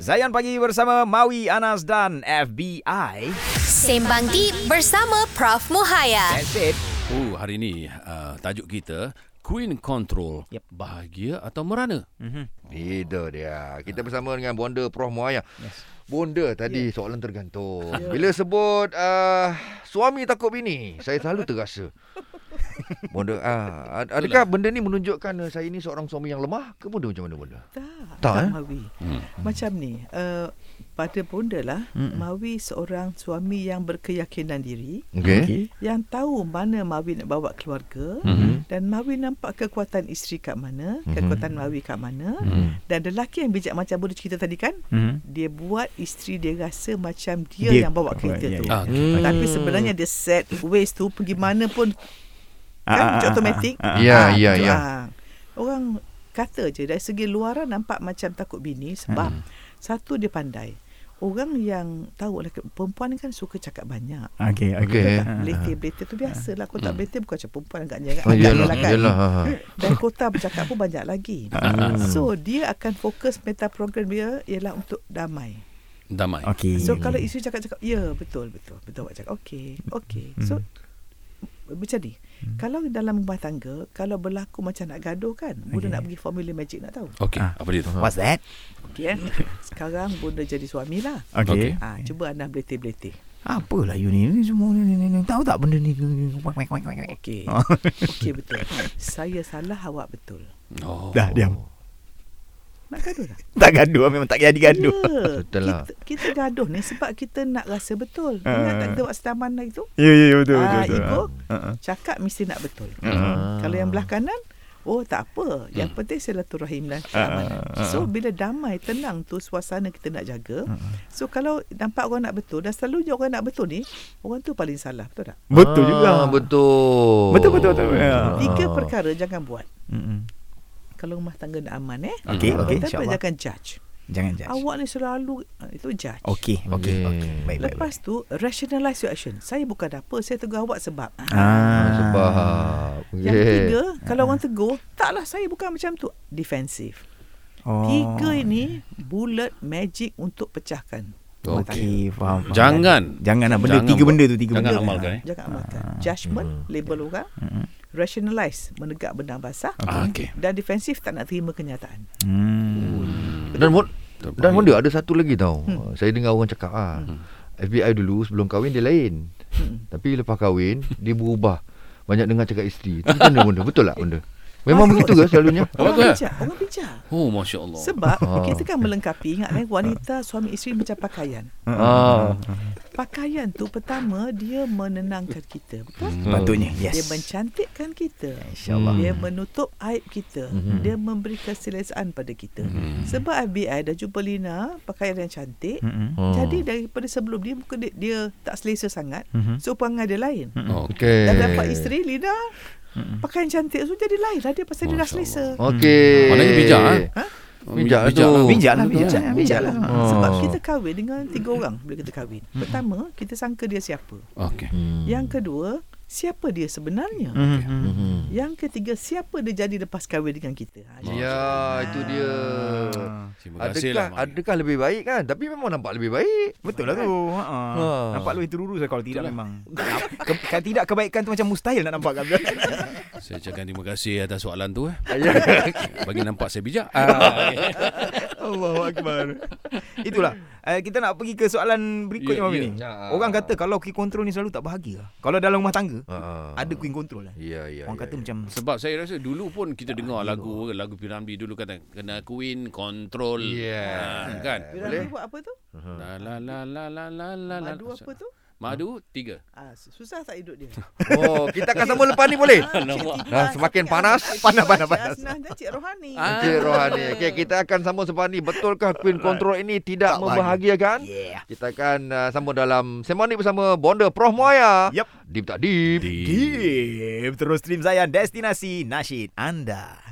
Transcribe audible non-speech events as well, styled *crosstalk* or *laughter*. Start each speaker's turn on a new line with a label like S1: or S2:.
S1: Zayan Pagi bersama Maui Anas dan FBI.
S2: Sembang Deep bersama Prof. Muhaya.
S1: That's it.
S3: Oh, hari ni uh, tajuk kita Queen Control.
S1: Yep.
S3: Bahagia atau merana?
S4: Itu dia. Kita bersama dengan Bonda Prof Muaya. Yes. Bonda tadi yeah. soalan tergantung. Yeah. Bila sebut uh, suami takut bini, saya selalu terasa. Bonda, uh, adakah benda ni menunjukkan uh, saya ni seorang suami yang lemah ke bonda macam mana bonda?
S5: Tak.
S4: Tak, eh?
S5: Mawi. Hmm. Macam ni. Uh, pada bonda lah, hmm. Mawi seorang suami yang berkeyakinan diri.
S4: Okey.
S5: Yang tahu mana Mawi nak bawa keluarga. Mm-hmm. Dan Mawi nampak kekuatan isteri kat mana. Mm-hmm. Kekuatan Mawi kat mana. Mm-hmm. Dan lelaki yang bijak macam bonda cerita tadi kan. Mm-hmm. Dia buat isteri dia rasa macam dia,
S1: Dia-
S5: dia yang bawa kereta
S1: Ya,
S5: tu.
S1: ya.
S3: Ah, okey.
S5: Hmm. Tapi sebenarnya dia set ways tu pergi mana pun kan macam automatik.
S4: ah. Ya,
S5: Ah,
S4: ya,
S5: betul.
S4: ya.
S5: Ah. Orang kata je dari segi luaran nampak macam takut bini sebab
S4: Hmm.
S5: satu dia pandai. Orang yang tahu lelaki, perempuan kan suka cakap banyak.
S4: Ah,
S1: Okey,
S4: okey. Okey.
S5: Tak
S4: ah.
S5: Belitih-belitih tu biasalah. Kau
S4: Hmm.
S5: tak belitih bukan macam perempuan agaknya. Agak
S4: Oh, yalah,
S5: lah kan.
S4: yalah. ha, ha.
S5: Dan kota bercakap pun banyak lagi.
S4: Ah,
S5: So dia akan fokus meta program dia ialah untuk damai.
S3: Damai.
S1: Okey.
S5: So kalau isteri cakap-cakap, ya betul, betul. Betul awak cakap, okey, okey. So macam ni. Kalau dalam rumah tangga, kalau berlaku macam nak gaduh kan, bunda nak pergi formula magic nak tahu.
S3: Okey,
S1: Ah.
S3: apa dia tu?
S1: What's that?
S5: Okey eh. *laughs* Sekarang bunda jadi suami lah.
S1: Okey.
S3: Okey.
S5: Ha, cuba anda beletih-beletih.
S1: Apalah you ni? Ni semua ni, ni, ni. Tahu tak benda ni? *laughs* Wak, wak, wak, wak, wak.
S5: Okey. Okey betul. Saya salah, awak betul.
S3: Oh.
S1: Dah diam.
S5: Nak gaduh tak?
S1: *laughs* Tak gaduh memang tak jadi gaduh.
S5: Ya.
S4: Betul lah.
S5: Kita, kita gaduh ni sebab kita nak rasa betul. Ingat tak kita buat setaman lah itu?
S1: Ah. Ya ya ya, betul
S5: Ah,
S1: betul. betul.
S5: ego.
S1: Ah, ah.
S5: Cakap mesti nak betul. Uh-huh. Kalau yang belah kanan, oh tak apa. Yang hmm. penting silaturahim dan
S1: Ah,
S5: keamanan. Uh-huh. So bila damai, tenang tu suasana kita nak jaga.
S1: Ah,
S5: Uh-huh. So kalau nampak orang nak betul dan selalunya orang nak betul ni, orang tu paling salah, betul tak?
S1: Betul juga.
S4: Ah, Betul.
S1: Betul, betul, betul. Ya.
S4: Ah.
S5: Tiga perkara jangan buat.
S1: Mm-mm. kalau
S5: Kalau rumah tangga nak aman eh.
S1: Okey,
S5: Yang
S1: okey,
S5: pertama
S1: insyaAllah.
S5: jangan judge.
S1: *laughs* Jangan judge.
S5: Awak ni selalu ah, itu judge.
S1: Okey, okey,
S4: Okey.
S1: okey. Baik, baik.
S5: Lepas tu rationalize your action. Saya bukan apa, saya tegur awak sebab.
S1: baik. Ah,
S4: Sebab.
S5: Yang
S4: Okey.
S5: ketiga, kalau orang tegur, taklah saya bukan macam tu. Defensif.
S1: Oh.
S5: Tiga ini bullet magic untuk pecahkan. rumah tangga.
S1: Okey, faham. faham.
S3: Jangan.
S1: Jangan lah benda
S3: Jangan
S1: tiga
S3: buat.
S1: benda tu tiga
S3: Jangan
S1: benda.
S3: amalkan, eh. Hmm.
S5: Jangan amalkan.
S1: Ah.
S5: Judgment, label orang.
S1: Hmm.
S5: Rationalize, menegak benda basah.
S3: Ah, okey.
S5: Dan defensif, tak nak terima kenyataan.
S1: Hmm.
S4: Dan mon dan Bonda ada satu lagi tau. Uh, Saya dengar orang cakap ah.
S1: Hmm.
S4: FBI dulu sebelum kahwin dia lain. Tapi lepas kahwin dia berubah. Banyak dengar cakap isteri. Itu macam mana
S1: *laughs*
S4: Bonda? Betul tak Bonda? Memang begitu ke selalunya?
S3: Apa
S5: Orang
S3: tu, eh?
S5: bijak. Orang bijak.
S3: Oh, Masya Allah.
S5: Sebab
S1: Oh.
S4: Ah.
S5: kita
S1: *laughs*
S5: kan melengkapi ingat eh, wanita suami isteri macam pakaian.
S1: Hmm.
S4: Ah.
S5: Pakaian tu pertama dia menenangkan kita, betul?
S1: Patutnya. Yes.
S5: Dia mencantikkan kita.
S1: InsyaAllah.
S5: Dia menutup aib kita. Mm-hmm. Dia memberi keselesaan pada kita. Mm-hmm. Sebab FBI dah jumpa Lina pakaian yang cantik.
S1: Mm-mm.
S5: Mm-hmm. Jadi daripada sebelum dia mungkin dia, dia tak selesa sangat. Mm-hmm. So perangai dia lain. Mm-hmm.
S3: Oh,
S4: Okey.
S5: Dan dapat isteri Lina mm-hmm. pakaian cantik so jadi lain lah dia pasal dia dah
S3: Masya
S5: selesa.
S4: Oh, Okey.
S3: Maknanya bijak, eh?
S4: Ha?
S3: bijak
S4: Bijak
S3: lah
S4: tu.
S3: tu.
S1: Bijak lah, bijak, bijak lah.
S5: Oh. Sebab kita kahwin dengan tiga orang bila kita kahwin. Pertama, kita sangka dia siapa.
S3: Okey.
S4: Hmm.
S5: Yang kedua, siapa dia sebenarnya.
S1: Mm. mm-hmm.
S4: Hmm.
S5: Yang ketiga, siapa dia jadi lepas kahwin dengan kita. Ha,
S4: Ya, itu dia.
S3: Terima kasih
S4: Adakah
S3: lah. Mak.
S4: adakah lebih baik kan? Tapi memang nampak lebih baik.
S1: Betul lah tu. Ha.
S4: Ha.
S1: Nampak lu itu lurus lah kalau tidak memang. Ke- Kalau tidak kebaikan tu macam mustahil nak nampak
S4: *laughs*
S1: kan.
S3: Saya cakap terima kasih atas soalan tu. Eh.
S4: Ya.
S3: *laughs* Bagi nampak saya bijak.
S4: Ha,
S3: Ah, okey.
S1: Allahu akbar. Itulah. Uh, kita nak pergi ke soalan berikutnya
S3: Ya,
S1: yeah,
S3: ya.
S1: ni. Orang kata kalau queen control ni selalu tak bahagia. Kalau dalam rumah tangga
S4: Ha.
S1: ada queen control lah.
S4: Ya, ya.
S1: Orang
S4: ya,
S1: kata
S4: ya.
S1: macam
S3: *laughs* Sebab saya rasa dulu pun kita dengar lagu lagu Piramli dulu kata kena Queen control.
S4: Yeah.
S3: Ah, kan?
S5: Piramli buat apa tu?
S3: La la la la la la la. la.
S5: Madu apa tu?
S3: Madu tiga.
S5: Ah, susah tak hidup dia?
S4: Oh, kita akan sambung lepas
S1: *laughs*
S4: ni boleh? Ah, semakin panas.
S1: Panas, panas, panas.
S5: Nah, Cik Rohani.
S3: Ah.
S4: Encik Rohani. Okey, kita akan sambung selepas ni. Betulkah Queen Control ini tidak membahagiakan?
S1: yeah.
S4: Kita akan uh, sambung dalam Semanik bersama Bonda Prof Moya.
S1: Yap.
S4: Deep tak deep?
S1: Deep. Terus stream saya Destinasi Nasyid Anda.